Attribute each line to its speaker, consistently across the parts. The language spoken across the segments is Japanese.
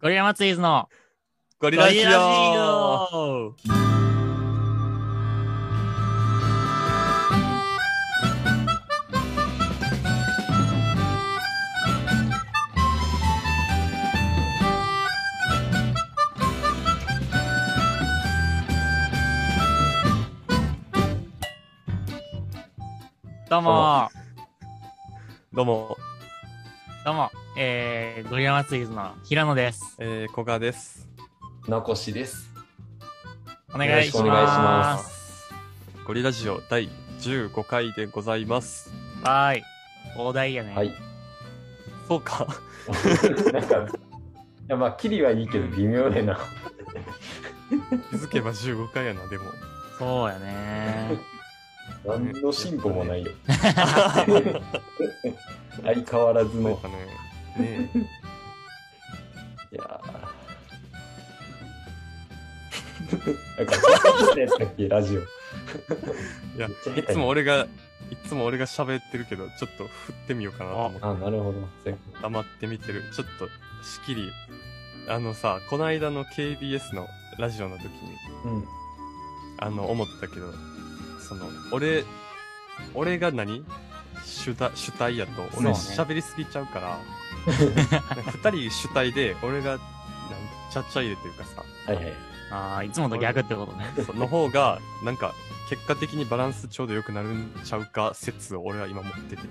Speaker 1: ゴリラマツイズの
Speaker 2: ゴ
Speaker 1: ゴ
Speaker 2: リラジオ
Speaker 1: オどうも、
Speaker 2: どうも、
Speaker 1: どうも、えー、ゴリラマツイズの平野です。
Speaker 2: えー、古賀です。
Speaker 3: なこしです。
Speaker 1: お願いし
Speaker 3: よろしくお願いし
Speaker 1: ま。
Speaker 3: ます
Speaker 2: ゴリラジオ第15回でございます。
Speaker 1: はーい。大台やね。
Speaker 3: はい。
Speaker 2: そうか。
Speaker 3: なんか、いやまあ、キリはいいけど微妙やな。
Speaker 2: 気づけば15回やな、でも。
Speaker 1: そうや ね。
Speaker 3: 何の進歩もない よ。相変わらず
Speaker 2: な
Speaker 3: の
Speaker 2: ん。かね。ねえ
Speaker 3: いやー。なんか、そんなことやったっけ、ラジオ。
Speaker 2: いや
Speaker 3: めっちゃ下手
Speaker 2: いつも俺が、いつも俺が喋ってるけど、ちょっと振ってみようかなと思って
Speaker 3: あ、なるほど。せ
Speaker 2: 黙って見てる。ちょっと、しきり。あのさ、この間の KBS のラジオの時に、
Speaker 3: うん。
Speaker 2: あの、思ったけど、その、俺、俺が何主体主体やと、俺
Speaker 1: そう
Speaker 2: 喋りすぎちゃう から、なんか二人主体で、俺が、なんちゃっちゃ入れというかさ、
Speaker 3: はいはい。
Speaker 1: ああ、いつもと逆ってことね。
Speaker 2: その方が、なんか、結果的にバランスちょうど良くなるんちゃうか説を俺は今持ってて。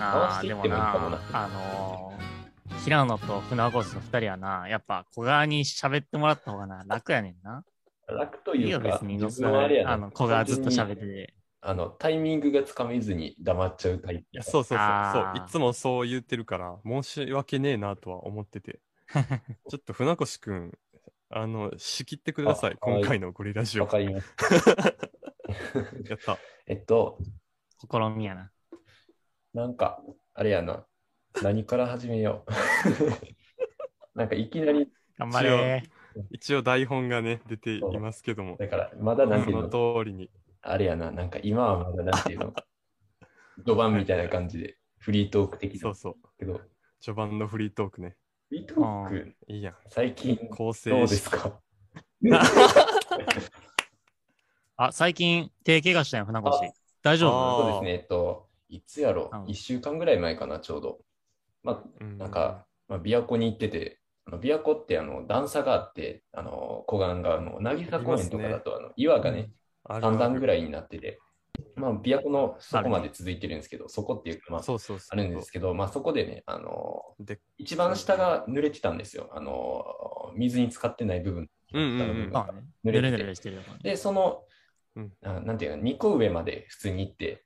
Speaker 1: なあ、
Speaker 3: 回して
Speaker 1: で
Speaker 3: いっ
Speaker 1: も
Speaker 3: てもいいかもな
Speaker 1: な、あのー、平野と船越の二人はな、やっぱ小川に喋ってもらった方がな、楽やねんな。
Speaker 3: 楽と
Speaker 1: い
Speaker 3: い
Speaker 1: いうよ、
Speaker 3: か
Speaker 1: 別、に。
Speaker 3: 自分はあれや
Speaker 1: あ
Speaker 3: な
Speaker 1: の、。小川ずっと喋ってて。
Speaker 3: あの、タイミングがつかめずに黙っちゃうタイ
Speaker 2: い
Speaker 3: プや
Speaker 2: や、
Speaker 3: から。
Speaker 2: そうそうそう
Speaker 1: あー
Speaker 2: そう。いつもそう言ってるから、申し訳ねえなとは思って て。ちょっと船越くん、あの、仕切ってください。
Speaker 3: あはい
Speaker 2: 今回のゴリラジオ。
Speaker 3: わかります。
Speaker 2: やった。
Speaker 3: えっと、
Speaker 1: 試みやな。
Speaker 3: なんか、あれやな。何から始めよう。 なんかいきなり、
Speaker 1: 頑張れー。
Speaker 2: 一応台本がね、出ていますけども、
Speaker 3: だから、まだなん
Speaker 2: そ
Speaker 3: ていう
Speaker 2: の
Speaker 3: の、
Speaker 2: 通りに。
Speaker 3: あれやな、なんか今はまだなんていうの、ドバンみたいな感じで、フリートーク的
Speaker 2: そ
Speaker 3: だ
Speaker 2: うそう。
Speaker 3: けど、フ
Speaker 2: 序盤のフリートークね。
Speaker 3: リートーク、
Speaker 2: いいやん。
Speaker 3: 最近、
Speaker 2: 構成
Speaker 3: どうですか
Speaker 1: あ、最近手怪我したよ、船越
Speaker 3: あ。
Speaker 1: 大丈
Speaker 2: あ
Speaker 1: 夫
Speaker 3: そうですね、えっと、いつやろ
Speaker 1: う、ん
Speaker 3: 1週間ぐらい前かな、ちょうど。まあ、
Speaker 2: うん
Speaker 3: なんか、まあ、琵琶湖に行ってて、あの琵琶湖ってあの段差があって、あの湖岸があの渚公園とかだとあの岩がね、
Speaker 2: あるあ
Speaker 3: 3
Speaker 2: る
Speaker 3: 段ぐらいになってて、まあ、琵琶湖のそこまで続いてるんですけど、そこっていうか、まあ、
Speaker 2: そうそうそう。
Speaker 3: あるんですけど、まあ、そこでね、あの
Speaker 2: で
Speaker 3: 一番下が濡れてたんですよ。あの水に浸かってない部分。
Speaker 2: うんうんうん
Speaker 3: 下の部分
Speaker 1: ま
Speaker 3: が
Speaker 1: あね。ぬ
Speaker 3: 濡れ
Speaker 1: る
Speaker 3: て
Speaker 1: ぬ
Speaker 3: て
Speaker 1: るしてるよ。
Speaker 3: で、その、
Speaker 2: うん
Speaker 3: あなんていうの、2個上まで普通に行って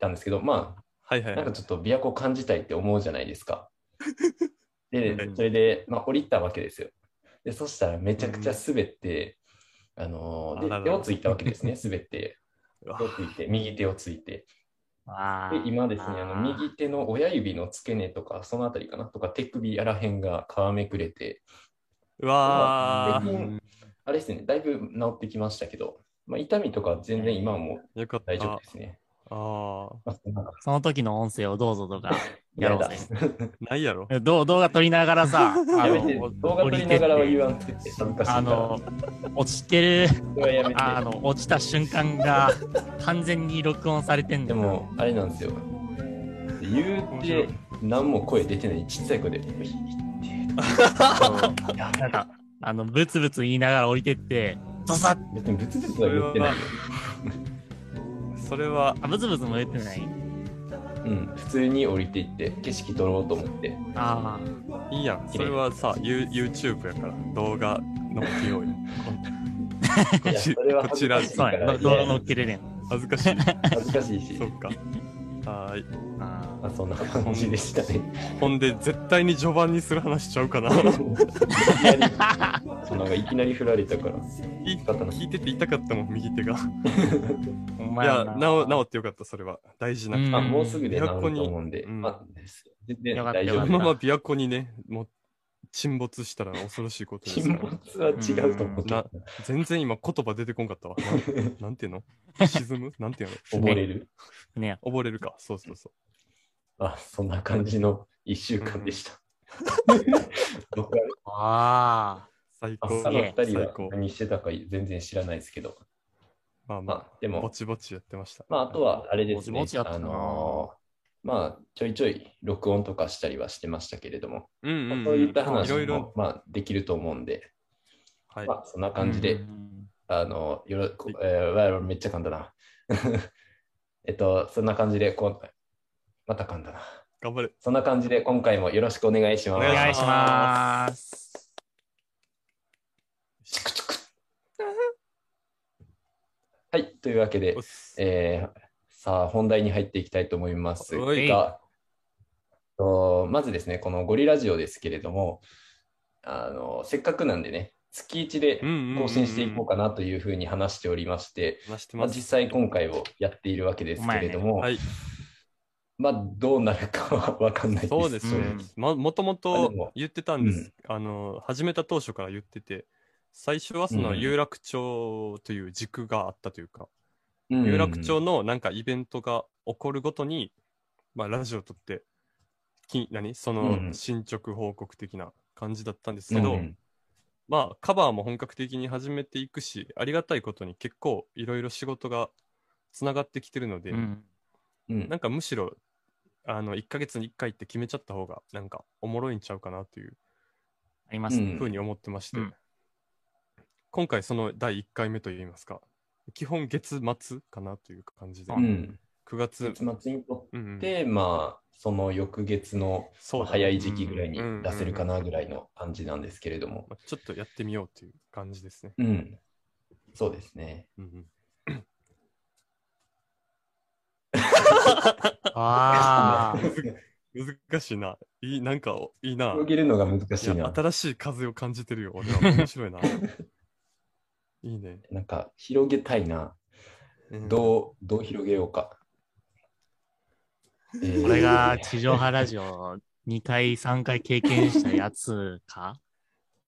Speaker 3: たんですけど、ま
Speaker 2: はいは
Speaker 3: あ、
Speaker 2: い
Speaker 3: な
Speaker 2: は
Speaker 3: ん
Speaker 2: い
Speaker 3: か。ちょっと琵琶湖感じたいって思うじゃないで すか。で
Speaker 2: う、ん
Speaker 3: それで、まあ、降りたわけですよ。で、そしたらめちゃくちゃ滑って、あの
Speaker 2: あらら
Speaker 3: で手をついたわけですね、滑って。
Speaker 2: うわ
Speaker 3: 手をついて、右手をついて。
Speaker 1: あ
Speaker 3: で
Speaker 1: ー
Speaker 3: 今ですねあの、右手の親指の付け根とか、そのあたりかなとか、手首やらへんが皮めくれて、
Speaker 2: うわ
Speaker 3: 最近あれですね、だいぶ治ってきましたけど、まあ、痛みとか全然今はもう
Speaker 2: ー。よかった。
Speaker 3: 大丈夫ですね。
Speaker 2: ああ。
Speaker 3: まあそんな
Speaker 1: その時の音声をどうぞとか、 やろうぜ。
Speaker 2: ないや ろ。
Speaker 1: どう動画撮りながらさ、あ
Speaker 3: や
Speaker 1: の
Speaker 3: めて、動画撮りながらは言わんくて、恥ずかしいから、
Speaker 1: あの、落ち てる、
Speaker 3: それはやめて。
Speaker 1: あの、落ちた瞬間が完全に録音されてん
Speaker 3: で
Speaker 1: だよ。
Speaker 3: も、あれなんですよ。言う
Speaker 2: 面白
Speaker 3: て
Speaker 2: い、
Speaker 3: 何も声出てない、ちっちゃい声で、ういってとか
Speaker 1: そうなんか、あの、ブツブツ言いながら降りてって、ドサッ
Speaker 3: 別にブツブツは言ってない。
Speaker 2: それは、
Speaker 1: あ、ブツブツも言ってない。
Speaker 3: うん、普通に降りていって、景色撮ろうと思って。
Speaker 1: あ
Speaker 2: いいやん。それはさ、ユ YouTube やから、動画のっけよ うよ。 こっち、
Speaker 3: いやそれは
Speaker 2: こちら
Speaker 3: 恥、
Speaker 1: あ、
Speaker 3: ず
Speaker 1: そ
Speaker 3: か
Speaker 1: うや
Speaker 3: いから
Speaker 1: な。動画乗っけれるやん。
Speaker 2: 恥ずかしい。
Speaker 3: 恥ずかしいし
Speaker 2: そ、っか。はーい。
Speaker 1: あ
Speaker 3: まあ、そんな感じでしたね。
Speaker 2: ほんで、絶対に序盤にする話しちゃうかな。
Speaker 3: そうなんかいきなり振られたから。
Speaker 2: い
Speaker 3: 方な
Speaker 2: 聞いてて痛かったもん、右手が。
Speaker 1: ーほん
Speaker 2: い
Speaker 1: まや
Speaker 2: や、
Speaker 1: な。
Speaker 2: なお、治ってよかった、それは。大事な。
Speaker 1: うん
Speaker 3: あ、もうすぐで治ると思うんで。
Speaker 2: うん
Speaker 3: まあ、全然
Speaker 1: よかった
Speaker 3: 大
Speaker 1: よ
Speaker 3: 丈
Speaker 1: かっ
Speaker 2: こ
Speaker 3: 夫
Speaker 1: た
Speaker 2: のまま琵琶湖にね、もう沈没したら恐ろしいことです
Speaker 3: 沈
Speaker 2: から。
Speaker 3: 没は違うと思うけど
Speaker 2: な全然今言葉出てこんかっ たわ。ななんていうの沈むなんていうの
Speaker 3: 溺れる。
Speaker 1: ねや。
Speaker 2: 溺れるか。そうそうそ
Speaker 3: あ、そんな感じの一週間でした。僕は
Speaker 1: あ
Speaker 2: 最
Speaker 3: あ
Speaker 2: 高。
Speaker 3: さの
Speaker 1: すげえ
Speaker 3: 二人
Speaker 2: 最
Speaker 3: は
Speaker 2: 高。
Speaker 3: 何してたか全然知らないですけど。
Speaker 2: まあま
Speaker 3: ま
Speaker 2: あ、
Speaker 3: あ、で
Speaker 2: ぼ
Speaker 3: も、
Speaker 2: ちぼちやってました。
Speaker 3: まあ、あとはあれですね。
Speaker 1: ぼちぼちやってた
Speaker 3: あ
Speaker 1: な
Speaker 3: のーまあ、ちょいちょい録音とかしたりはしてましたけれども、
Speaker 2: うんうん、うん。
Speaker 3: そういった話
Speaker 2: いろい
Speaker 3: も
Speaker 2: ろ、、
Speaker 3: まあ、できると思うんで、
Speaker 2: はい。
Speaker 3: まあ、そんな
Speaker 1: あ。
Speaker 3: 感じで、
Speaker 1: うんうん
Speaker 3: あの、よろ、こえーわめっちゃ噛んだな。 えっと、そんな感じで、こんまた噛んだな。
Speaker 2: 頑張れ。
Speaker 3: そんな感じで、今回もよろしくお願いしま
Speaker 1: お
Speaker 3: す。
Speaker 1: 願いします。
Speaker 3: はい、というわけで
Speaker 2: おっ、す
Speaker 3: えーさあ、本題に入っていきたいと思います
Speaker 2: おい
Speaker 3: が、とまずですね、このゴリラジオですけれども、あの、せっかくなんでね、月1で
Speaker 2: うんうんうんうん
Speaker 3: 更新していこうかなというふうに話しておりまして、
Speaker 2: 話して
Speaker 3: まあ、
Speaker 2: ます。
Speaker 3: 実際今回をやっているわけですけれども、
Speaker 2: はい。
Speaker 3: まあ、どうなるかは わかんない
Speaker 2: そうですね。ま、もとも
Speaker 3: あ
Speaker 2: と
Speaker 3: でも
Speaker 2: 言ってたんです、あの、始めた当初から言ってて、最初はその
Speaker 3: うん
Speaker 2: 有楽町という軸があったというか、
Speaker 3: うんうんうん
Speaker 2: 有楽町のなんかイベントが起こるごとに、まあ、ラジオ撮って、き何そ
Speaker 3: うんう
Speaker 2: の
Speaker 3: ん
Speaker 2: 進捗報告的な感じだったんですけど、
Speaker 3: うんうん
Speaker 2: まあ、カバーも本格的に始めていくし、ありがたいことに結構いろいろ仕事がつながってきてるので、
Speaker 1: うん
Speaker 3: うん
Speaker 2: なんかむしろ、あの、1ヶ月に1回って決めちゃった方が、なんかおもろいんちゃうかなという
Speaker 1: ありますね。
Speaker 3: うん
Speaker 2: ふうに思ってまして、
Speaker 1: うん
Speaker 2: 今回その第1回目といいますか、基本月末かなという感じで、
Speaker 3: うん、
Speaker 2: 9月、
Speaker 3: 月末にと
Speaker 2: うんうん
Speaker 3: って、まあ、その翌月の
Speaker 2: そうだね
Speaker 3: 早い時期ぐらいに出せるかなぐらいの感じなんですけれども、
Speaker 2: まあちょっとやってみようという感じですね。
Speaker 3: うん、そうですね。
Speaker 2: うんうん
Speaker 1: あ あ。
Speaker 2: 難しいな。いい、なんかお、いいな。
Speaker 3: 広げるのが難しい
Speaker 2: いや
Speaker 3: な。
Speaker 2: 新しい風を感じてるよ。俺 は面白いな。いいね。
Speaker 3: なんか広げたいな。
Speaker 2: うん
Speaker 3: どう、どう広げようか。えー
Speaker 1: これが地上波ラジオ2回、3回経験したやつか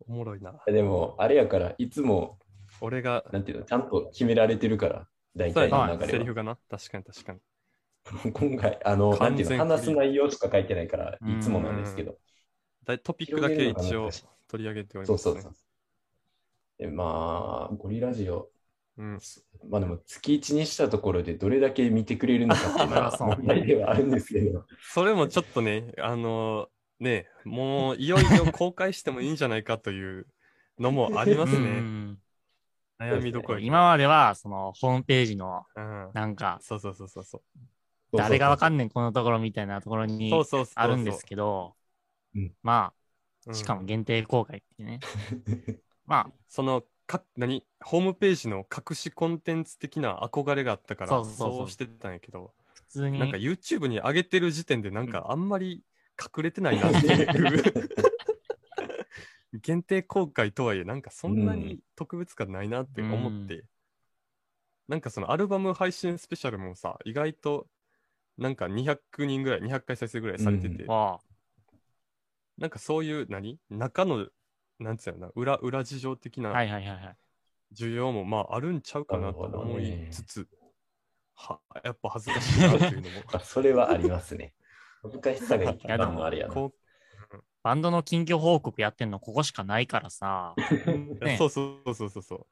Speaker 2: おもろいな。
Speaker 3: でも、あれやから、いつも、
Speaker 2: 俺が、
Speaker 3: なんていうの、ちゃんと決められてるから、大
Speaker 2: そう
Speaker 3: 体
Speaker 2: や
Speaker 3: の
Speaker 2: な
Speaker 3: 流
Speaker 2: セリ
Speaker 3: れは。
Speaker 2: フがな。確かに確かに。
Speaker 3: 今回、あの、なん
Speaker 2: 完
Speaker 3: てい
Speaker 2: 全
Speaker 3: うの、話す内容しか書いてないから、いつもなんですけど。
Speaker 2: だいトピックだけ
Speaker 3: 広げ
Speaker 2: 一
Speaker 3: るのが
Speaker 2: 応
Speaker 3: 難しい
Speaker 2: 取り上げており
Speaker 3: そ
Speaker 2: ま
Speaker 3: う
Speaker 2: す
Speaker 3: そ
Speaker 2: ね。
Speaker 3: うそう。でまあ、ゴリラジオ、
Speaker 2: うん。
Speaker 3: まあでも月1にしたところでどれだけ見てくれるのかっていうの
Speaker 1: あ
Speaker 3: は
Speaker 1: そう
Speaker 3: 問題ではあるんですけど、
Speaker 2: それもちょっとね、あのね、もういよいよ公開してもいいんじゃないかというのもあります
Speaker 1: う
Speaker 2: ね。
Speaker 1: ん
Speaker 2: 悩みどころ。
Speaker 1: 今までは、その、ホームページの、
Speaker 2: うん。
Speaker 1: なんか、
Speaker 2: そうそうそうそうそう。
Speaker 1: 誰がわか
Speaker 3: ん
Speaker 1: んねん、このところみたいなところに
Speaker 2: そうそうそうそう。
Speaker 1: あるんですけど
Speaker 3: うん、
Speaker 1: まあ、
Speaker 2: うん
Speaker 1: しかも限定公開っていう ね。ま
Speaker 2: そのか何ホームページの隠しコンテンツ的な憧れがあったから
Speaker 1: そ
Speaker 2: そう
Speaker 1: そ
Speaker 2: う
Speaker 1: うそうそう
Speaker 2: してたんやけど
Speaker 1: あ、普通に
Speaker 2: なんか YouTube に上げてる時点でなんかあんまり隠れてないなっていう、限定公開とはいえなんかそんなに特別感ないなって思って、なんかそのアルバム配信スペシャルもさ意外となんか200人ぐらい200回再生ぐらいされてて、
Speaker 3: うん
Speaker 1: あ
Speaker 2: なんかそういう何中のなんつうのな裏裏事情的
Speaker 1: あ
Speaker 2: な
Speaker 1: はいはいはいはい。
Speaker 2: 需要もまああるんちゃうかなと思
Speaker 3: なるほど
Speaker 2: い
Speaker 3: ね
Speaker 2: つつ、はやっぱ恥ずかしいなっていうのも
Speaker 3: あそれはありますね。難しさがい
Speaker 1: いやで
Speaker 3: たの
Speaker 1: も
Speaker 3: もあれやな。
Speaker 2: こ
Speaker 1: バンドの近況報告やってんのここしかないから さ。
Speaker 2: う、
Speaker 1: ね
Speaker 2: そうそうそうそうそう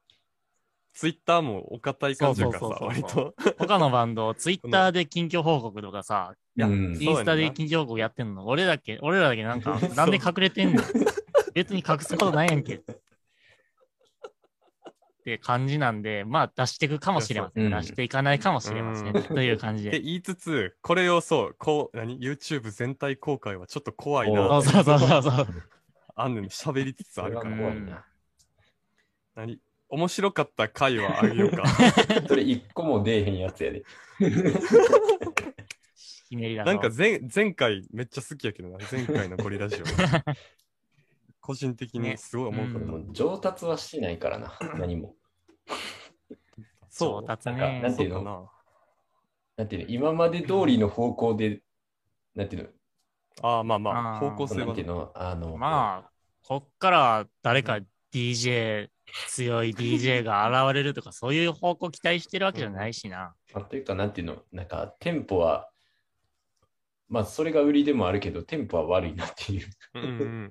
Speaker 2: ツイッターもお堅い感じやからさ
Speaker 1: そうそうそう
Speaker 2: 割
Speaker 1: そう
Speaker 2: と
Speaker 1: 他のバンド、ツイッターで近況報告とかさ、
Speaker 3: いや
Speaker 1: インスタで近
Speaker 2: き
Speaker 1: 況報告やってんの俺だけ、俺らだけなんか、なんで隠れてんの別に隠すことないやんけ。って感じなんで、まあ出していくかもしれませ。
Speaker 3: うんん
Speaker 1: 出していかないかもしれません。
Speaker 2: うん
Speaker 1: という感じ
Speaker 2: って
Speaker 1: で。
Speaker 2: 言いつつこれをそうこう何 YouTube 全体公開はちょっと怖い
Speaker 1: そ
Speaker 2: な
Speaker 1: うそうそうそうそう。
Speaker 2: あんねん喋りつつ
Speaker 3: そ
Speaker 2: あ
Speaker 3: れ
Speaker 2: る
Speaker 3: は
Speaker 2: から
Speaker 3: 怖いな。
Speaker 2: 何面白かった回はあげよう か
Speaker 3: それ一個も出えへんやつやで。
Speaker 1: ひねりだ
Speaker 2: なんか
Speaker 1: ぞ
Speaker 2: 前前回めっちゃ好きやけどな前回のゴリ ラジオ個人的にすごい思うかった、
Speaker 1: ね
Speaker 3: もう上達はしてないからな、何も。
Speaker 2: そう
Speaker 1: 上達ね
Speaker 3: なんかなんていう
Speaker 2: そう
Speaker 3: の
Speaker 2: かな
Speaker 3: なんていうの、今まで通りの方向で、なんていう
Speaker 2: ああ、まあまあ、
Speaker 1: あー
Speaker 2: 方向性
Speaker 3: の、
Speaker 2: は
Speaker 3: なんていうの、あの、
Speaker 1: まあ、こっから誰か DJ、強い DJ が現れるとか、そういう方向期待してるわけじゃないしな。
Speaker 3: まあというか、なんていうの、なんか、テンポは、まあ、それが売りでもあるけど、テンポは悪いなっていう。
Speaker 2: うんうん、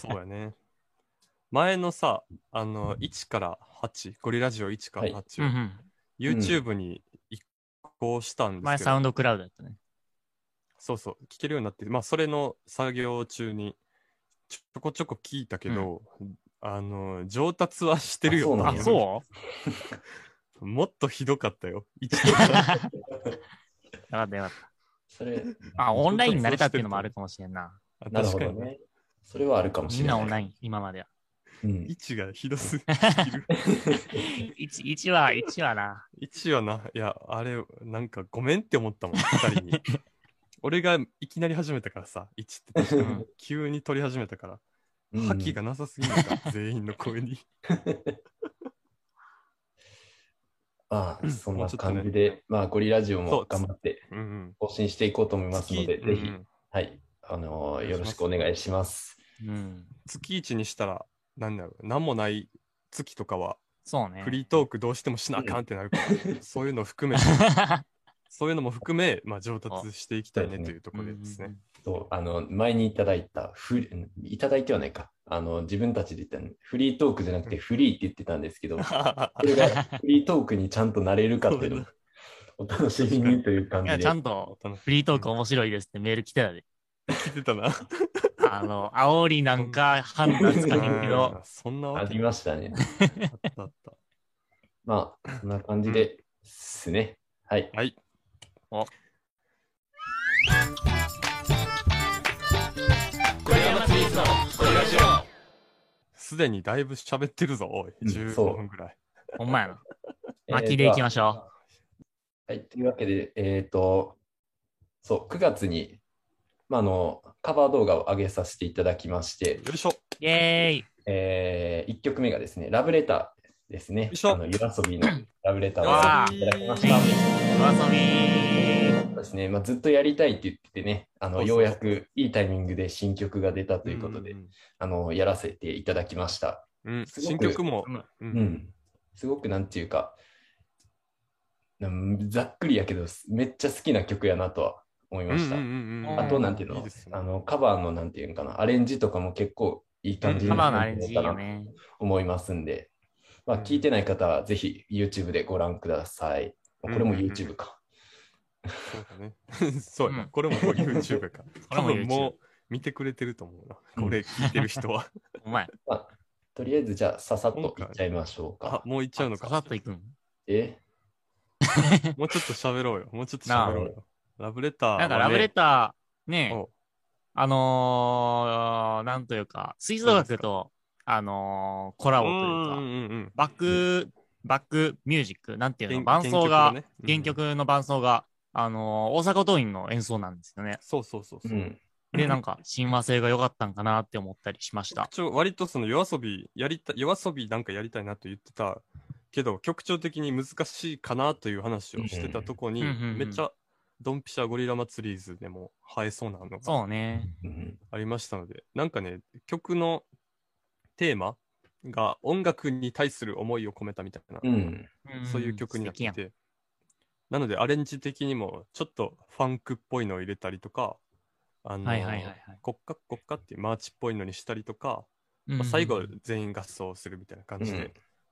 Speaker 2: そうやね。前のさ、あの、1から8、ゴリラジオ1から8
Speaker 1: う
Speaker 2: を、
Speaker 1: んうん。
Speaker 2: YouTube に移行したんで
Speaker 1: 前
Speaker 2: すけ
Speaker 1: サ
Speaker 2: ど、
Speaker 1: ウンドクラウドだったね。
Speaker 2: そうそう、聞けるようになって、まあ、それの作業中に、ちょこちょこ聞いたけど、あの、上達はしてるよ
Speaker 3: あ
Speaker 1: あ、そう
Speaker 2: もっとひどかったよ。1か
Speaker 1: う
Speaker 2: ら
Speaker 1: よかったよかっ
Speaker 3: それ、
Speaker 1: た。あ、オンラインになれたっていうのもあるかもしれんな。
Speaker 2: あ
Speaker 3: なるほ
Speaker 2: 確か
Speaker 3: ど
Speaker 2: に、
Speaker 3: ね。それはあるかもし
Speaker 1: みん
Speaker 3: れない。
Speaker 1: なオンライン、今までは。
Speaker 3: うん
Speaker 2: 1がひどすぎる。
Speaker 1: 1, 1は、1はな。
Speaker 2: 1はな、いや、あれ、なんかごめんって思ったもん、2人に。 俺がいきなり始めたからさ、1って確かに急に取り始めたから、
Speaker 3: うん
Speaker 2: 覇気がなさすぎるんだ、全員の声に。
Speaker 3: まあ、そん
Speaker 2: も
Speaker 3: な
Speaker 2: うちょっとね
Speaker 3: 感じで、まあ、ゴリラジオ
Speaker 2: そ
Speaker 3: も
Speaker 2: う
Speaker 3: 頑張って
Speaker 2: うんうん。
Speaker 3: 更新していこうと思いますので、
Speaker 2: 月
Speaker 3: ぜひ
Speaker 2: う、ん
Speaker 3: はい、あのーよろしくお願いします。
Speaker 1: うん。
Speaker 2: 月1にしたら、なんだろう、なんもない月とかは、
Speaker 1: そうね。
Speaker 2: フリートークどうしてもしなあかんってなるから、そういうの含め、そういうのも含め、まあ、上達していきたいねというところでです ね。
Speaker 3: とあの前にいただいたフリ、いただいてはないか、あの自分たちで言ったねフリートークじゃなくてフリーって言ってたんで すけど、それがフリートークにちゃんとなれるかっていうのもお楽しみにという感
Speaker 1: い
Speaker 3: じ
Speaker 1: や、
Speaker 3: で。
Speaker 1: ちゃんと、
Speaker 2: 楽し
Speaker 1: フリートーク面白いですってメール来てたで。
Speaker 2: 聞いてたな。
Speaker 1: あの、煽りなんか判断つかへんけ
Speaker 2: う
Speaker 1: ど
Speaker 2: ん、そんな
Speaker 3: あ
Speaker 2: わけ
Speaker 3: りましたね。
Speaker 2: なかったあった。
Speaker 3: まあ、そんな感じですね。はい。
Speaker 2: はい。すでにだいぶ喋ってるぞ、おい。
Speaker 3: うん
Speaker 2: 15
Speaker 3: そう
Speaker 2: 分ぐらい。
Speaker 1: ほんまやな。巻きでいきましょ
Speaker 3: う。はい、というわけで、えっ、と、そう、9月に、まあ、あの、カバー動画を上げさせていただきまして、
Speaker 2: よいしょ。
Speaker 1: う。イェーイ
Speaker 3: えー、1曲目がですね、ラブレターですね
Speaker 2: よい。しょ
Speaker 3: あの、夜遊 びのラブレターを
Speaker 1: わ
Speaker 3: さ
Speaker 1: あ
Speaker 3: せていただきまし
Speaker 1: ぜひ、
Speaker 3: た。
Speaker 1: お遊び
Speaker 3: そうですね、まあ、ずっとやりたいって言っててね、あの、
Speaker 2: そうそう
Speaker 3: ようやくいいタイミングで新曲が出たということで、
Speaker 2: んん
Speaker 3: あの、やらせていただきました。
Speaker 2: うん。うん
Speaker 3: すごく
Speaker 2: 新曲も、う
Speaker 3: う。ん、すごくなんていうか、うんざっくりやけど、すめっちゃ好きな曲やなとは思いました。
Speaker 1: うん
Speaker 3: あと、なんていうの
Speaker 2: いいですね
Speaker 3: あの、カバーのなんていうんかな、アレンジとかも結構いい感じ
Speaker 2: う
Speaker 1: カ
Speaker 2: ん
Speaker 1: バーのア
Speaker 3: な
Speaker 1: レン
Speaker 3: ん
Speaker 1: ジいい
Speaker 3: じゃない
Speaker 1: よ
Speaker 3: かなと
Speaker 1: ね。
Speaker 3: 思いますんで、ま
Speaker 2: う
Speaker 3: あ、
Speaker 2: ん
Speaker 3: 聞いてない方はぜひ YouTube でご覧ください。まあこれも YouTube か。
Speaker 2: そうだね。 そうや
Speaker 1: う
Speaker 2: なんこれも YouTube か。
Speaker 1: これ
Speaker 2: 多
Speaker 1: も
Speaker 2: 分
Speaker 1: YouTube
Speaker 2: も。う見てくれてると思うな。
Speaker 3: うん
Speaker 2: これ聞いてる人 は。
Speaker 1: お前、
Speaker 3: まあ、とりあえずじゃあ、ささっといっちゃいましょう
Speaker 2: あ
Speaker 3: か、。
Speaker 2: もう行っちゃうの
Speaker 1: ささっ
Speaker 2: か。
Speaker 1: と行くん。
Speaker 3: え
Speaker 2: もうちょっと喋ろうよ。もうちょっと喋ろうよ。ラブレターはね。
Speaker 1: なんかラブレター、ね
Speaker 2: お
Speaker 1: あのー、なんというか、吹奏楽と、あのー、コラボというか、
Speaker 2: うんうんうん。
Speaker 1: バック、バックミュージック、なんていうの、
Speaker 2: 原
Speaker 1: 伴奏が、
Speaker 2: 原曲,、
Speaker 1: 原曲の伴奏が、あのー、大阪桐蔭の演奏なんですよね。
Speaker 2: そうそうそう
Speaker 3: う
Speaker 2: そう、
Speaker 3: ん。
Speaker 1: で、なんか、親和性が良かったんかなって思ったりしました。
Speaker 2: 一応割とその夜遊びやりた夜遊びなんかやりたいなと言ってたけど曲調的に難しいかなという話をしてたとこに、
Speaker 1: うんうんうんうん
Speaker 2: めっちゃドンピシャゴリラ祭りーズでも映えそうなのが
Speaker 1: そうね。
Speaker 3: うん
Speaker 2: ありましたのでなんかね曲のテーマが音楽に対する思いを込めたみたいな、
Speaker 3: うん。
Speaker 2: そういう曲になっ
Speaker 1: 素敵
Speaker 2: て
Speaker 1: やん
Speaker 2: てなのでアレンジ的にもちょっとファンクっぽいのを入れたりとかあの、
Speaker 1: はいはいはいはい。
Speaker 2: 国家国家っていうマーチっぽいのにしたりとか、
Speaker 1: うん
Speaker 2: まあ、最後全員合奏するみたいな感
Speaker 3: う
Speaker 2: じで、
Speaker 3: ん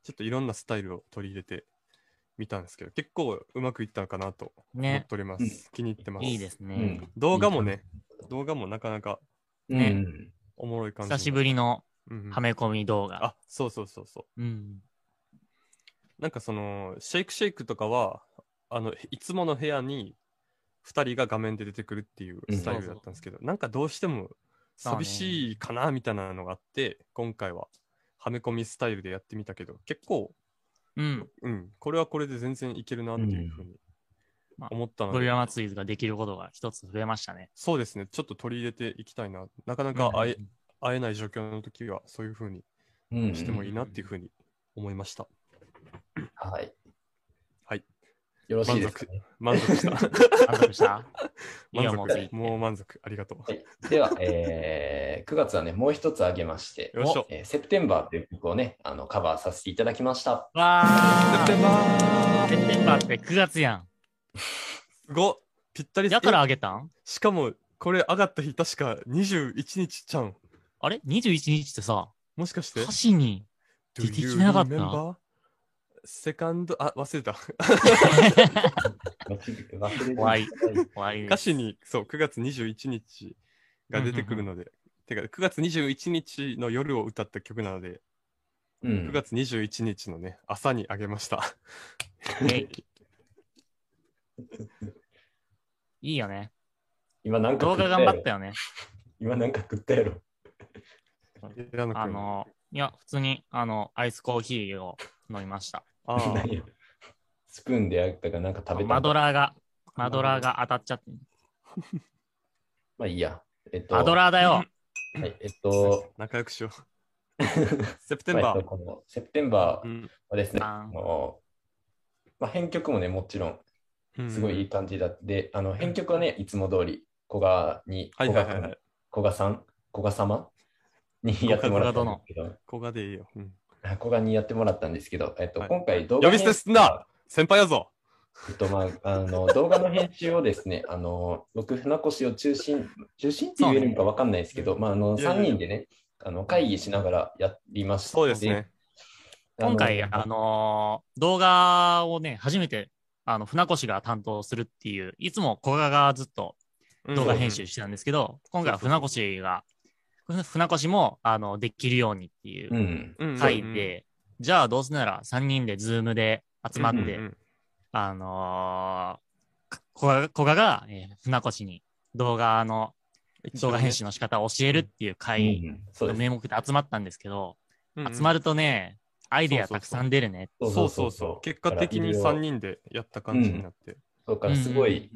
Speaker 2: ちょっといろんなスタイルを取り入れてみたんですけど結構うまくいったのかなと思っ
Speaker 1: ね、
Speaker 2: ております、
Speaker 3: うん
Speaker 2: 気に入ってます
Speaker 1: いいです
Speaker 3: う
Speaker 1: ね。
Speaker 3: ん。
Speaker 2: 動画もね動画もなかなか
Speaker 3: ね。
Speaker 2: おもろい感じ
Speaker 1: 久しぶりの
Speaker 2: うんうん
Speaker 1: はめ込み動画。
Speaker 2: あそうそうそうそう
Speaker 1: うん。
Speaker 2: なんかそのシェイクシェイクとかはあのいつもの部屋に2人が画面で出てくるっていうスタイルだったんですけど、なんかどうしても寂しいかなみたいなのがあって今回ははめ込みスタイルでやってみたけど結構
Speaker 1: うん。
Speaker 2: うんこれはこれで全然いけるなっていうふうに
Speaker 1: まあ
Speaker 2: 思ったので、
Speaker 1: ゴリラ祭りができることが一つ増えましたね。
Speaker 2: そうですねちょっと取り入れていきたいななかなか会え,、会えない状況の時はそういうふうに
Speaker 3: うん。
Speaker 2: してもいいなっていうふうに思いました、
Speaker 3: はい。
Speaker 2: はい。
Speaker 3: よろしいですかね、
Speaker 2: 満足した
Speaker 1: 満足した いいよ
Speaker 2: 満
Speaker 1: もう次
Speaker 2: 足もう満足ありがとう、
Speaker 3: はい、では、えー、9月はね、もう一つあげまして、
Speaker 2: よいしょ
Speaker 3: えー、セプテンバーという曲をね、あのカバーさせていただきました。
Speaker 1: わ
Speaker 2: セ
Speaker 1: ー
Speaker 2: プテンバー
Speaker 1: セプテンバーって9月や
Speaker 2: すごっぴったり
Speaker 1: ん。
Speaker 2: す
Speaker 1: だからあげたん
Speaker 2: えしかもこれ上がった日確か21日ちゃうん
Speaker 1: あれ ?21 日ってさ、
Speaker 2: もしかして
Speaker 1: 歌詞 に。出てきなかった
Speaker 2: remember? セカンド、あ、忘れた。
Speaker 3: 忘れ
Speaker 1: 怖い
Speaker 3: て。
Speaker 1: 怖いです
Speaker 2: 歌詞に、そう、9月21日が出てくるので、てか、9月21日の夜を歌った曲なので、9
Speaker 3: うん。
Speaker 2: 月21日のね、朝にあげました。
Speaker 1: ねいいよね。
Speaker 3: 今なんか
Speaker 1: 動
Speaker 3: 食
Speaker 1: 画
Speaker 3: や
Speaker 1: 頑
Speaker 3: ろ
Speaker 1: 張ったよね。
Speaker 3: 今なんか食ったやろ。
Speaker 2: 平野君
Speaker 1: あ、の、いや、普通に、あの、アイスコーヒーを飲みました。
Speaker 2: あー
Speaker 3: 何やスプーンでやったかなんか食べた。
Speaker 1: マドラーが、マドラーが当たっちゃって。
Speaker 3: まあいいや。えっと、
Speaker 1: マドラーだ よ。
Speaker 3: はい、えっと、
Speaker 2: 仲良くしよう。
Speaker 3: セ
Speaker 2: セプテンバ
Speaker 3: え
Speaker 2: ー
Speaker 3: っと、。このセプテンバ
Speaker 2: う
Speaker 3: ー
Speaker 2: ん
Speaker 3: はですね、
Speaker 1: あ
Speaker 3: あのまあ、編曲もね、もちろん
Speaker 2: うん
Speaker 3: すごいいい感じだって、あの編曲はね、いつも通り、古賀に、
Speaker 2: はいはいはいは
Speaker 3: 古賀
Speaker 2: い。
Speaker 3: 古賀さん、古賀様にやってもらったんですけど、
Speaker 2: 小賀でいいよ。うん
Speaker 3: あ古賀にやってもらったんですけど、えっと、
Speaker 2: はい
Speaker 3: 今回動画
Speaker 2: 呼び捨てすんな先輩やぞ
Speaker 3: えっと、まあ、あの、動画の編集をですね、 あの、僕、船越を中心、中心って言えるのかわかんないですけど、まあ、あの、
Speaker 2: いやいや
Speaker 3: 3人でね、あの、会議しながらやりました。
Speaker 2: そうですね。
Speaker 3: あの。。
Speaker 1: 今回、あのー動画をね、初めて、あの、船越が担当するっていう、いつも古賀がずっと
Speaker 2: うん
Speaker 1: 動画編集してたんですけど、今回は船越が、ふ船越も、あの、できるようにっていううん
Speaker 2: うんうんうん
Speaker 1: 回で、じゃあどうせなら3人でズームで集まって、
Speaker 3: うんうん
Speaker 1: あのー、古賀古賀が、えー船越に動画の、動画編集の仕方を教えるっていう
Speaker 3: う
Speaker 1: 回
Speaker 3: ん、そう
Speaker 1: の
Speaker 3: です。
Speaker 1: 名目で集まったんですけど、集
Speaker 2: る
Speaker 1: まるとね、アイデアたくさん出るね。
Speaker 2: そうそうそう。結果的に3。人でやった感じになって。
Speaker 3: そうから、すごい、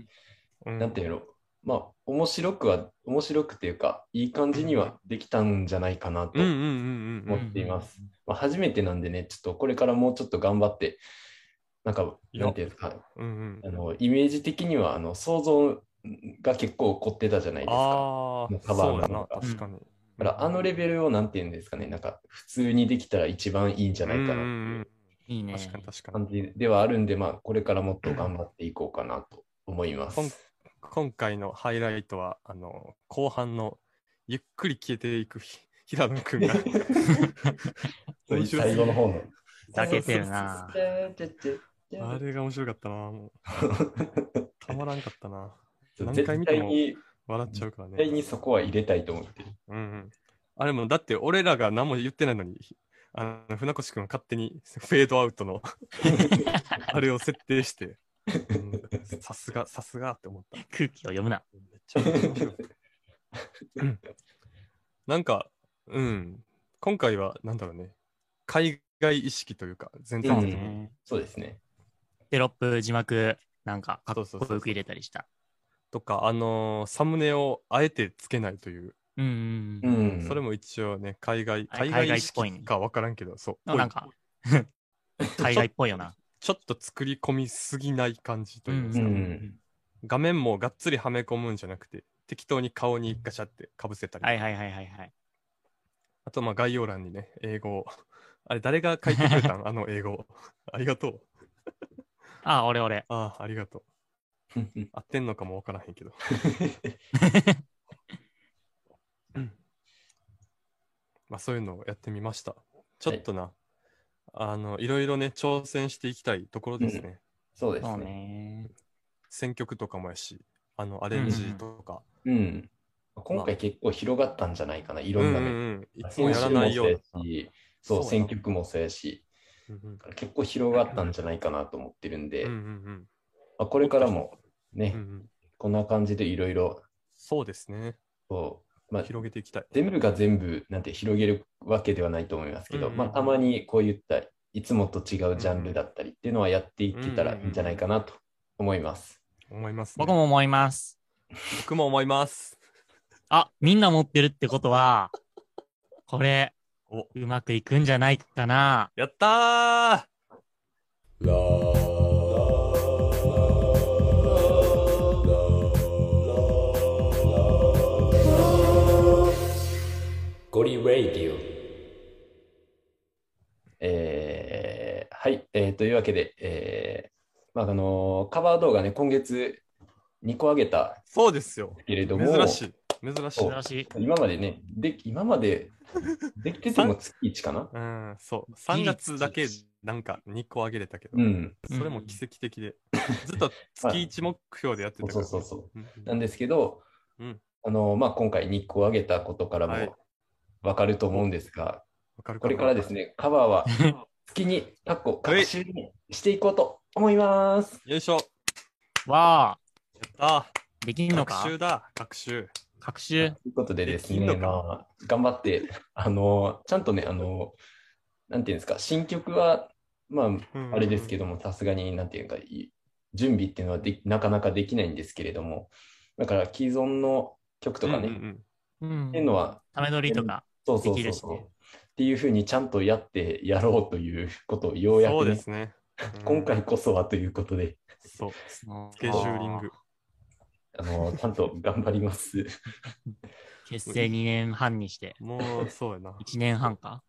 Speaker 2: うん
Speaker 3: なんていうの、まあ、面白くは、面白くっていうか、いい感じにはできたんじゃないかなと
Speaker 2: うんうんうんうんう
Speaker 3: 思
Speaker 2: ん。
Speaker 3: っています。まあ、初めてなんでね、ちょっとこれからもうちょっと頑張って、なんか、
Speaker 2: いや
Speaker 3: なんていうんですか、
Speaker 2: うんう
Speaker 3: あ
Speaker 2: ん、
Speaker 3: のイメージ的にはあの想像が結構凝ってたじゃないですか。
Speaker 2: ああ
Speaker 3: もう、カバー
Speaker 2: そうだ
Speaker 3: な
Speaker 2: な、
Speaker 3: のか
Speaker 2: 確かに。
Speaker 3: だからあのレベルをなんていうんですかね、なんか普通にできたら一番いいんじゃないかなって
Speaker 2: うんう
Speaker 3: い
Speaker 2: ん
Speaker 3: う
Speaker 1: いい
Speaker 2: うん
Speaker 1: ね。
Speaker 2: 確かに確かに。
Speaker 3: 感じではあるんで、まあこれからもっと頑張っていこうかなと思います
Speaker 2: こ。ん今回のハイライトは、あの、後半のゆっくり消えていくひ平野くんが。面白
Speaker 3: 最
Speaker 2: すぎ
Speaker 3: 後
Speaker 2: る
Speaker 3: の方の。
Speaker 1: 抱けてるな。
Speaker 2: あれが面白かったな。もうたまらんかったな。何回
Speaker 3: 絶
Speaker 2: 見て
Speaker 3: 対
Speaker 2: も
Speaker 3: に、
Speaker 2: 笑っちゃうから
Speaker 3: 絶対
Speaker 2: ね。
Speaker 3: にそこは入れたいと思ってる。
Speaker 2: うんうん、あれもだって俺らが何も言ってないのに、あの船越くんは勝手にフェードアウト のあれを設定して、うんさすが、さすがって思った。
Speaker 1: 空気を読むな。
Speaker 2: めっちゃ面白い。うんなんか、うん、今回はなんだろうね、海外意識というか、全体的に。
Speaker 3: うん そうですね。
Speaker 1: テロップ、字幕、なんか、かっこ
Speaker 2: そうそうそう
Speaker 1: よく入れたりした。
Speaker 2: とか、あのーサムネをあえてつけないという、
Speaker 1: うん
Speaker 3: う
Speaker 1: うんうん。
Speaker 3: ん。
Speaker 2: それも一応ね、海外、
Speaker 1: あれ
Speaker 2: 海外
Speaker 1: 海
Speaker 2: 意
Speaker 1: 外っぽいね
Speaker 2: 識かわからんけど、そう。
Speaker 1: でもなんか、 海外っぽいよな。
Speaker 2: ちょっと作り込みすぎない感じというんです
Speaker 3: う
Speaker 2: か、
Speaker 3: ん。
Speaker 2: 画面もがっつりはめ込むんじゃなくて、適当に顔にガシャってかぶせたり、
Speaker 1: はいはいはいはいはい。
Speaker 2: あとまあ概要欄にね、英語を。あれ、誰が書いてくれたんあの英語。ありがとう。
Speaker 1: あ、俺俺。
Speaker 2: ああ、ありがとう。 合ってんのかもわからへんけど。まあそういうのをやってみました。ちょっとな、あの、いろいろね、挑戦していきたいところですね。
Speaker 3: そうです
Speaker 1: そう
Speaker 3: ね。
Speaker 1: ね。
Speaker 2: 選曲とかもやし、あの、アレンジとか、
Speaker 3: うん。今回結構広がったんじゃないかな、いろ
Speaker 2: うんん
Speaker 3: な
Speaker 2: うん
Speaker 3: 面
Speaker 2: うん、いつもやらないよう
Speaker 3: 編
Speaker 2: な
Speaker 3: 集。もそうやし
Speaker 2: そう
Speaker 3: そう、
Speaker 2: やな
Speaker 3: 選曲もそうやし、
Speaker 2: うんうん
Speaker 3: 結構広がったんじゃないかなと思ってるんで、
Speaker 2: うん
Speaker 3: ま
Speaker 2: うん
Speaker 3: あ、これからもね、
Speaker 2: うんうんうん
Speaker 3: こんな感じでいろいろ、
Speaker 2: そうですね。
Speaker 3: そうまあ、
Speaker 2: 広げていきたい。
Speaker 3: 全部が全部なんて広げるわけではないと思いますけど、
Speaker 2: うんうん
Speaker 3: まあ、たまにこういったいつもと違うジャンルだったりっていうのはやっていけたらいいんじゃないかなと思います。
Speaker 2: 思います、ね。
Speaker 1: 僕も思います。
Speaker 2: 僕も思います。
Speaker 1: あ、みんな持ってるってことは、これ、
Speaker 2: お
Speaker 1: うまくいくんじゃないかな。
Speaker 2: やったー
Speaker 3: ゴリラディオ。えーはい、えーというわけで、えーまああのーカバー動画ね、今月2個上げた
Speaker 2: そうですよ。
Speaker 3: けれども、
Speaker 2: 珍しい。珍しい
Speaker 3: そ
Speaker 2: な
Speaker 1: 珍。しい。
Speaker 3: 今までね、で今までできてても月1かな
Speaker 2: うん、そう。3月だけなんか2個上げれたけど、
Speaker 3: うん。
Speaker 2: それも奇跡的で、ずっと月1目標でやってたか
Speaker 3: そう
Speaker 2: ら。
Speaker 3: そうそう。
Speaker 2: うん
Speaker 3: なんですけど、
Speaker 2: うん
Speaker 3: あのまあ、今回日光を挙げたことから
Speaker 2: はい
Speaker 3: もわかると思うんですが、
Speaker 2: わかる
Speaker 3: これからです。ね、カバーは月に、かっこ、各週にしていこうと思います。
Speaker 2: よいしょ。や
Speaker 1: わあ、
Speaker 2: った
Speaker 1: でき
Speaker 2: ー。
Speaker 1: んの
Speaker 2: 学
Speaker 1: か
Speaker 2: 習だ。学習。
Speaker 1: 学習。
Speaker 3: ということでです
Speaker 2: できん
Speaker 3: ね、
Speaker 2: のか
Speaker 3: まあ、頑張って、あのちゃんとね、あのなんていうんですか、新曲は、まあ、
Speaker 2: うん
Speaker 3: あれですけども、さすがに、なんていうか、い準備っていうのはでなかなかできないんですけれども、だから既存の曲とかね、
Speaker 2: うんうんうん
Speaker 1: うん
Speaker 3: っていうのは、
Speaker 1: ため取りとか。
Speaker 3: そうそう
Speaker 1: でき
Speaker 3: そ
Speaker 1: る
Speaker 3: う
Speaker 1: し
Speaker 3: そう、
Speaker 1: ね
Speaker 3: っていうふうにちゃんとやってやろうということをようや
Speaker 2: そう
Speaker 3: くね、
Speaker 2: ですね。うん
Speaker 3: 今回こそはということで、
Speaker 2: そう。
Speaker 1: ス
Speaker 2: スケジューリング。。
Speaker 3: あのちゃんと頑張ります。
Speaker 1: 結成2年半にして、
Speaker 2: もう、そうやな。
Speaker 1: 1年半か。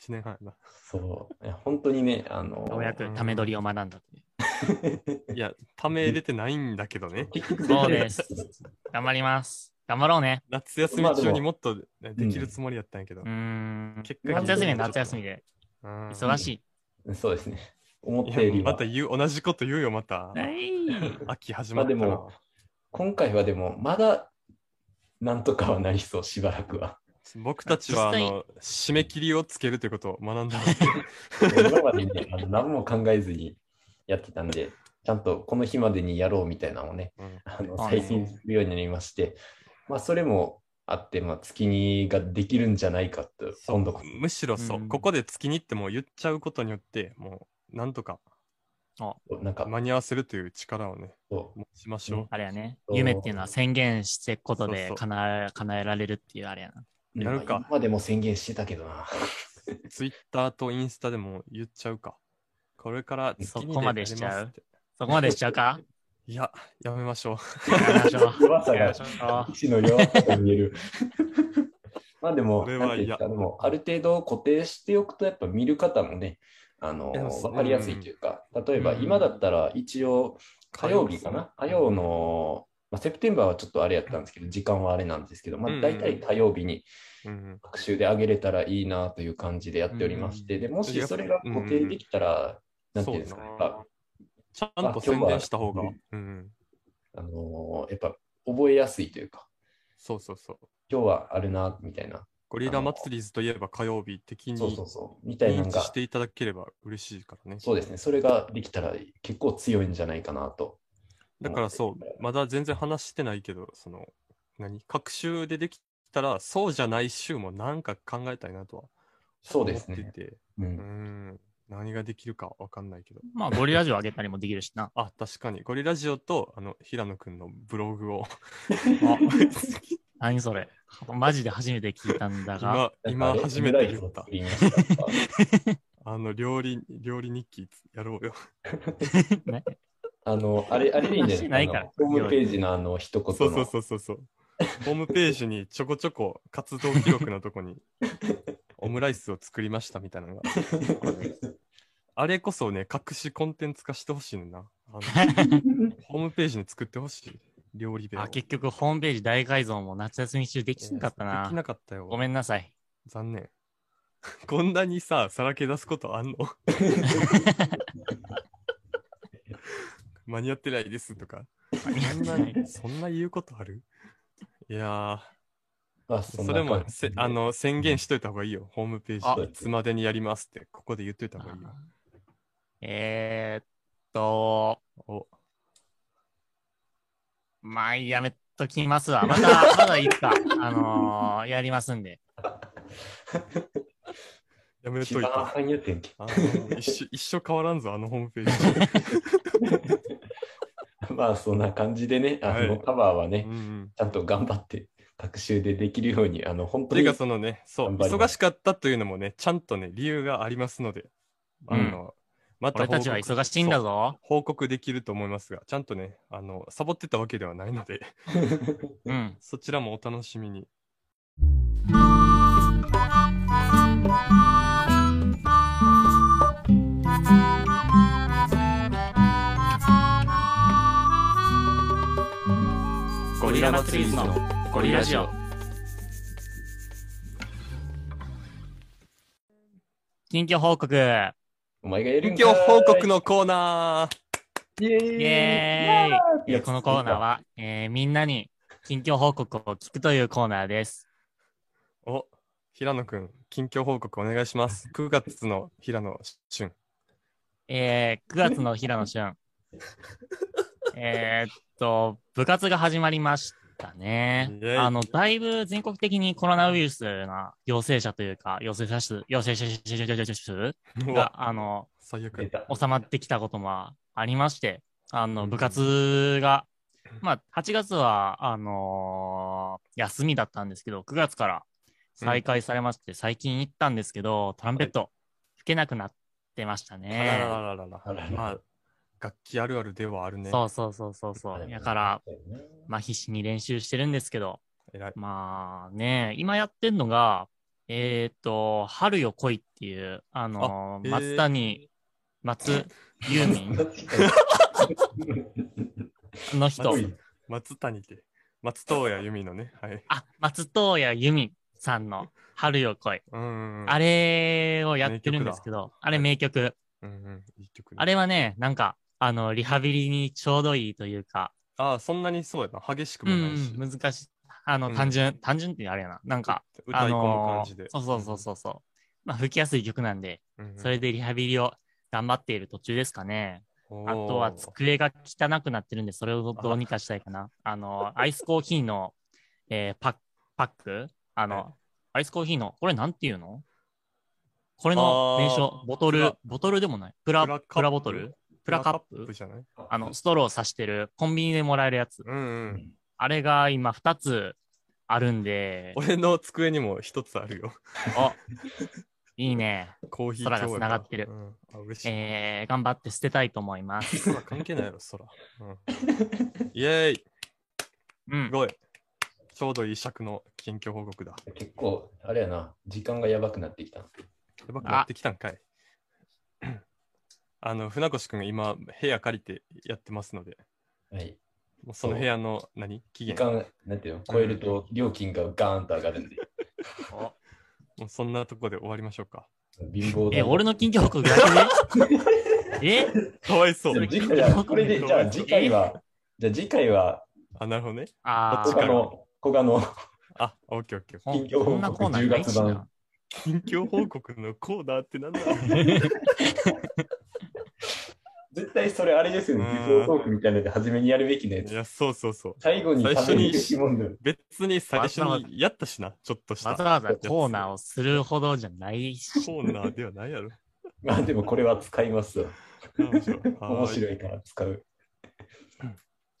Speaker 2: 1年半やな。
Speaker 3: そう、いや本当にね、あの、
Speaker 1: ようやくため取りを学んだという。
Speaker 2: いや、ため出てないんだけどね。
Speaker 3: 結局
Speaker 1: そうです。頑張ります。頑張ろうね。
Speaker 2: 夏休み中にもっとねできるつもりやったんやけど
Speaker 1: うー。ん。
Speaker 2: 結果
Speaker 1: 夏休みは夏休みで、
Speaker 2: うん
Speaker 1: 忙し
Speaker 3: そうですね。思ったよ
Speaker 2: い
Speaker 3: り
Speaker 2: や、ま
Speaker 3: は
Speaker 2: た、言う、同じこと言うよ、また
Speaker 1: い。。はい
Speaker 2: 秋始まった
Speaker 3: まあで
Speaker 2: な
Speaker 3: も。今回はでも、まだなんとかはなりそう、しばらくは。
Speaker 2: 僕たちは、あ
Speaker 1: 実際
Speaker 2: の、締め切りをつけるということを学んだ。
Speaker 3: 今までね、あの何も考えずにやってたんで、ちゃんとこの日までにやろうみたいなのをね、
Speaker 2: うん
Speaker 3: あの
Speaker 1: あ
Speaker 3: 最近するようになりまして、まあ、それもあって、まあ、月にができるんじゃないかと、今度こそ
Speaker 2: むしろそ
Speaker 1: う
Speaker 2: う、
Speaker 1: ん
Speaker 2: ここで月にってもう言っちゃうことによって、もう、なんとか
Speaker 3: なんか、
Speaker 2: 間に合わせるという力をね、
Speaker 3: そう
Speaker 2: 持ちましょう。
Speaker 1: あれやね。
Speaker 3: そう
Speaker 1: 夢っていうのは宣言していくこと
Speaker 2: そうそ
Speaker 1: で
Speaker 2: う
Speaker 1: 叶え叶えられるっていうあれやな。
Speaker 2: やるか
Speaker 3: なん今までも宣言してたけどな。
Speaker 2: ツイッターとインスタでも言っちゃうか。これから月に
Speaker 1: そこまでしちゃう
Speaker 2: やりますって
Speaker 1: そこまでしちゃうか
Speaker 2: いや、やめましょう。
Speaker 1: やめましょ
Speaker 3: 弱
Speaker 1: う。や
Speaker 3: さ
Speaker 1: め
Speaker 3: が
Speaker 1: ましょう。
Speaker 3: 一の弱さが見 える。まあでも、
Speaker 2: それは
Speaker 3: なんていうんですかでもある程度固定しておくと、やっぱ見る方もね、あの
Speaker 2: いやそう
Speaker 3: 分かりやすいというか、例えば
Speaker 1: うん
Speaker 3: 今だったら一応火曜日かな、火曜の、まあ、セプテンバーはちょっとあれやったんですけど、時間はあれなんですけど、ま
Speaker 2: うんう
Speaker 3: あ、
Speaker 2: ん
Speaker 3: 大体火曜日に
Speaker 2: うん
Speaker 3: 学習で上げれたらいいなという感じでやっておりまして、でもしそれが固定できたら、
Speaker 2: うん。
Speaker 3: なんてい
Speaker 2: そううんや
Speaker 3: ですかね、や
Speaker 2: な
Speaker 3: っぱ。
Speaker 2: ちゃんと宣伝した方が。うん。
Speaker 3: あのーやっぱ覚えやすいというか、
Speaker 2: そうそうそう。
Speaker 3: 今日はあるな、みたいな。
Speaker 2: ゴリラ祭りずといえば火曜日的に
Speaker 3: そうそうそう。みたいな
Speaker 2: 認
Speaker 3: の
Speaker 2: 知
Speaker 3: が
Speaker 2: していただければ嬉しいからね。
Speaker 3: そうですね、それができたら結構強いんじゃないかなと。
Speaker 2: だからそう、まだ全然話してないけど、その、何各週でできたら、そうじゃない週もなんか考えたいなとは
Speaker 3: そう
Speaker 2: 思
Speaker 3: で
Speaker 2: っ
Speaker 3: す
Speaker 2: て
Speaker 3: ね。
Speaker 2: て、
Speaker 3: う、
Speaker 2: うんん、何ができるかわかんないけど。
Speaker 1: まあ、ゴリラジオ上げたりもできるしな。
Speaker 2: あ、確かに、ゴリラジオと、あの、平野くんのブロ グを、
Speaker 1: あ何それ。マジで初めて聞いたんだが。
Speaker 2: 今、今初めて言った
Speaker 3: 作。りました
Speaker 2: あの、料理、料理日記やろうよ。
Speaker 3: あの、あれ、あれでいいんじゃないですか。
Speaker 1: 話ないか
Speaker 3: あ
Speaker 1: ら
Speaker 3: のホームページのあの一言の。
Speaker 2: そうそうそうそうそう。ホームページにちょこちょこ活動記録のとこに、オムライスを作りましたみたいなのがあれこそね、隠しコンテンツ化してほしいねんな。あのホームページに作ってほしい。料理弁を。
Speaker 1: あ結局、ホームページ大改造も夏休み中できなかった
Speaker 2: で
Speaker 1: な
Speaker 2: き。なかったよ。
Speaker 1: ごめんなさい。
Speaker 2: 残念。 こんなにさ、さらけ出すことあんの間に合ってないですとか。そんなに、そんな言うことあるいや
Speaker 3: ま
Speaker 2: ー、
Speaker 3: あそん
Speaker 2: そ
Speaker 3: な
Speaker 2: れ
Speaker 3: 感
Speaker 2: も
Speaker 3: じ
Speaker 2: せあの宣言しといた方がいいよ。ホームペ
Speaker 1: あ
Speaker 2: ージ、いつまでにやりますって、ここで言っといた方がいいよ。
Speaker 1: えー、っと、
Speaker 2: お
Speaker 1: まあ、やめときますわ。また、まだいつか、あのーやりますんで。
Speaker 2: やめ
Speaker 3: 一
Speaker 2: とい
Speaker 3: 番
Speaker 2: た
Speaker 3: あ。かんやってんけ。
Speaker 2: あの一緒一生変わらんぞ、あのホームペー
Speaker 3: まあそんな感じでね、あの、
Speaker 2: はい
Speaker 3: カバーは
Speaker 2: ジ。
Speaker 3: ね
Speaker 2: う、ん
Speaker 3: ちゃんと頑張って、学習でできるように、あの、本
Speaker 2: う
Speaker 3: 当
Speaker 2: ん、て
Speaker 3: に
Speaker 2: か、そのね、そう、
Speaker 3: 頑張りま
Speaker 2: 忙しかったというのもね、ちゃんとね、理由がありますので、あの、また
Speaker 1: 俺たちは忙しいんだ
Speaker 2: そう
Speaker 1: ぞ。
Speaker 2: 報告できると思いますが、ちゃんとね、あの、サボってたわけではないので、
Speaker 1: うん。
Speaker 2: そちらもお楽しみに。
Speaker 1: ゴリラ祭りのゴリラジオ。近況報告。イェ
Speaker 3: お前がや
Speaker 2: 近
Speaker 3: るんか
Speaker 2: 況報告
Speaker 3: の。
Speaker 2: のコーナー
Speaker 3: イエーイ
Speaker 1: ーイ。
Speaker 3: いや
Speaker 1: このコーナー。は、えーみんなに近況報告を聞くというコーナーです。
Speaker 2: お、平野くん、近況報告お願いします。9月の平野俊。
Speaker 1: えー9月の平野俊。えーっと、部活が始まりましたね
Speaker 2: イェイ。
Speaker 1: あの、だいぶ全国的にコロナウイルスが陽性者というか、陽性者数、陽性者数
Speaker 2: う
Speaker 1: が
Speaker 2: わ、、
Speaker 1: あの、
Speaker 2: 最悪
Speaker 3: 出。た
Speaker 1: 収まってきたこともありまして、あの、
Speaker 2: うん
Speaker 1: 部活が、まあ、8月は、あのー休みだったんですけど、9月から再開されまして、最近行ったんですけど、トランペット吹けなくなってました
Speaker 2: あらら
Speaker 1: ね。
Speaker 2: らら
Speaker 3: あ
Speaker 2: らら。
Speaker 3: らら
Speaker 2: まあ、楽器あるあるではあるね。
Speaker 1: そうそうそうそうそう。だから、、まあ、必死に練習してるんですけど、
Speaker 2: 偉い。
Speaker 1: まあね、今やってんのが、えっ、と、春よ来いっていう、あのー
Speaker 2: あへー
Speaker 1: 松谷、松、ユーミ
Speaker 3: 確か
Speaker 1: ンの人
Speaker 2: 松。 松谷で。松任谷由実のね。はい。
Speaker 1: あ、松任谷由実さんの春よ来い。
Speaker 2: うんうんうん。
Speaker 1: あれをやってるんですけど、あれ名曲。
Speaker 2: うんうん。いい曲ね
Speaker 1: あれはね、なんか、あの、リハビリにちょうどいいというか、
Speaker 2: ああ、そんなにそうやな。激しく
Speaker 1: う
Speaker 2: もないし
Speaker 1: ん、。難しい。あの、
Speaker 2: うん
Speaker 1: 単純、単純ってあれやな。なんか、
Speaker 2: 歌
Speaker 1: あ
Speaker 2: い込む感
Speaker 1: の
Speaker 2: じで。
Speaker 1: そうそうそうそうそう。まあ、吹きやすい曲なんで、
Speaker 2: うんうん。
Speaker 1: それでリハビリを頑張っている途中ですかね。
Speaker 2: おー、
Speaker 1: あとは机が汚くなってるんで、それをどうにかしたいかな。あの、アイスコーヒーの、えーパック、パックあ
Speaker 2: はい
Speaker 1: の、アイスコーヒーの、これなんていうのこれの
Speaker 2: あー
Speaker 1: 名称、ボト
Speaker 2: プ
Speaker 1: ル
Speaker 2: ラ、
Speaker 1: ボトルでもない。プ
Speaker 2: プラ
Speaker 1: ラ、
Speaker 2: カップ
Speaker 1: プラボトルプラカッ
Speaker 2: プ
Speaker 1: プ
Speaker 2: じゃない
Speaker 1: あの、ストローを刺してる、コンビニでもらえるやつ。
Speaker 2: うんうん。
Speaker 1: あれが今2つあるんで、
Speaker 2: 俺の机にも一つあるよ。
Speaker 1: あ、いいね。
Speaker 2: コーヒー
Speaker 1: 空が
Speaker 2: 今日や
Speaker 1: 繋がってる
Speaker 2: うん、あ、嬉しい。
Speaker 1: えー、頑張って捨てたいと思います。
Speaker 2: 空関係ないやろ、空。うん、イェーイ
Speaker 1: う
Speaker 2: す
Speaker 1: ん。
Speaker 2: ごいちょうどいい尺の近況報告だ。
Speaker 3: 結構、あれやな、時間がやばくなってきた。
Speaker 2: やばくなってきたんかい。あの、船越くん今、部屋借りてやってますので、
Speaker 3: はい。
Speaker 2: もうその部屋の何期
Speaker 3: 時
Speaker 2: 限
Speaker 3: 間、なんていうの、超えると料金がガーンと上がるんで。
Speaker 2: もうそんなとこで終わりましょうか。
Speaker 3: 貧乏だ
Speaker 1: え、俺の近況報告だけ ねえ
Speaker 2: かわいそう
Speaker 1: そ。れ
Speaker 3: じゃあこれで、じゃあ次回は、じゃあ次回は、
Speaker 2: あ、なるほどね。
Speaker 1: あー
Speaker 2: どっ
Speaker 3: 古
Speaker 2: ち
Speaker 3: 賀
Speaker 2: か
Speaker 3: の、古賀の、
Speaker 2: あ、オッケーオッケー。
Speaker 1: こん
Speaker 3: 近況
Speaker 1: こ
Speaker 3: 報告
Speaker 1: んなコーナーないし
Speaker 3: 10月
Speaker 1: な
Speaker 3: 版。
Speaker 2: 近況報告のコーナーって なんだ
Speaker 3: 絶対それあれですよね、
Speaker 2: うん
Speaker 3: ビフォートークみたいなので初めにやるべきなや
Speaker 2: い
Speaker 3: つ。
Speaker 2: や、そうそうそう。
Speaker 3: 最後に
Speaker 2: 最初に
Speaker 3: 食べるべきもんだよ
Speaker 2: 別に最初にやったしな、ちょっとした。
Speaker 1: わざわざコーナーをするほどじゃないし。
Speaker 2: コーナーではないやろ。
Speaker 3: まあでもこれは使いますよ。
Speaker 2: 面白い
Speaker 3: 面
Speaker 2: はーい
Speaker 3: 白いから使う。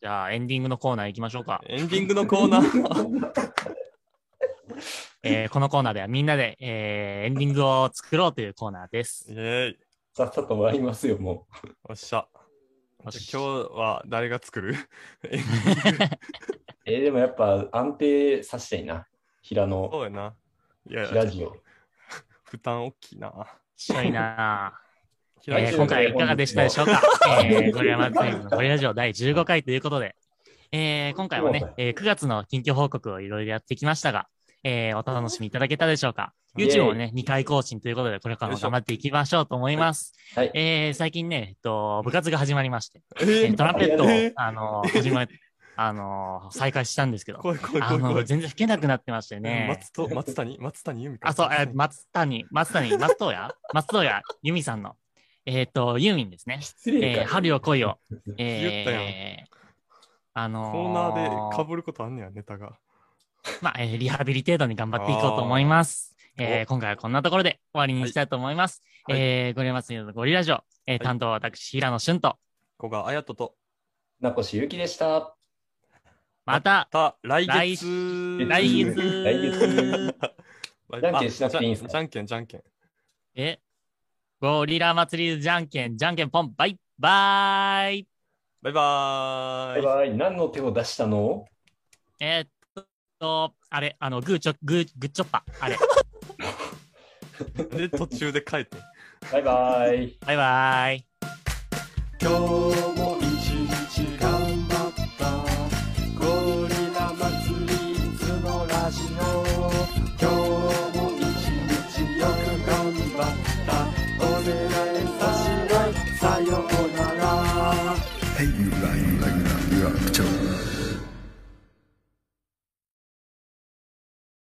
Speaker 1: じゃあエンディングのコーナー行きましょうか。
Speaker 2: エンディングのコーナー。
Speaker 1: えーこのコーナーではみんなで、えーエンディングを作ろうというコーナーで
Speaker 2: イ
Speaker 1: す。
Speaker 2: ェーイ。
Speaker 3: さっさと終わりますよ、も
Speaker 2: おっしゃ。
Speaker 1: よし
Speaker 2: じゃあ今日は誰が作るえ
Speaker 3: う。えーでもやっぱ安定させたいな。平
Speaker 2: そ
Speaker 3: 野、
Speaker 2: うやな。いやいや
Speaker 3: ラ、ジオ。
Speaker 2: 負担大きいな。
Speaker 1: ちょいなあ
Speaker 2: 平
Speaker 1: え
Speaker 2: 野
Speaker 1: ー
Speaker 2: 君
Speaker 1: 今回いかがでしたでしょうかえー、ゴリラマンズのゴリラジオ第15回ということで、えー今回はね、えー9月の近況報告をいろいろやってきましたが、えーお楽しみいただけたでしょうか ?YouTube もね、2回更新ということで、これからも頑張っていきましょうと思います。
Speaker 3: はい。
Speaker 1: えー最近ね、えっと、部活が始まりまして、
Speaker 2: え
Speaker 1: えー
Speaker 2: ー
Speaker 1: トランペットを
Speaker 2: えー、
Speaker 1: あのー、始ま、 あのー、再開したんですけど、
Speaker 2: 怖い怖い怖
Speaker 1: あ
Speaker 2: い怖
Speaker 1: のー、
Speaker 2: い。
Speaker 1: 全然吹けなくなってましてね。
Speaker 2: 松と松谷松谷由美か。
Speaker 1: あ、そう、え
Speaker 2: 松
Speaker 1: ー
Speaker 2: 谷
Speaker 1: 松谷、松谷、松任谷松任谷由美さんの、えっと、ユーミンですね。
Speaker 3: 失礼
Speaker 1: えー
Speaker 3: か。
Speaker 1: 春よ来い を、
Speaker 2: 言った
Speaker 1: えー、あのー
Speaker 2: コーナーでかぶることあんねや、ネタが。
Speaker 1: まあ、えーリハビリ程度に頑張っていこうと思います。
Speaker 2: あー
Speaker 1: えー今回はこんなところで終わりにしたいと思います。
Speaker 2: はい
Speaker 1: えーゴリラ祭りのゴリラジオ、えー
Speaker 2: い
Speaker 1: 担当は私、平野俊と、
Speaker 2: こがあやとと。
Speaker 3: 名越ゆきでした。
Speaker 1: また、
Speaker 2: た来
Speaker 1: 来
Speaker 2: 月。
Speaker 1: 来月
Speaker 3: 来月
Speaker 2: あ
Speaker 3: じゃんけんしなくていいんすか
Speaker 2: じゃんけんじゃんけん。
Speaker 1: え、ゴリラ祭りじゃんけん、じゃんけんぽん、バイバーイ。
Speaker 2: バイバ
Speaker 3: バ
Speaker 2: ーイ。
Speaker 3: イバイ。何の手を出したの
Speaker 1: えーっと、あれ、あの、グーチョ、グー、グッチョッパ。あれ、
Speaker 2: で、途中で帰って。
Speaker 3: バイバイ。
Speaker 1: バイバーイ。
Speaker 4: 今日も一日頑張ったゴリラ祭り続
Speaker 5: hate you lying like that, you're up to.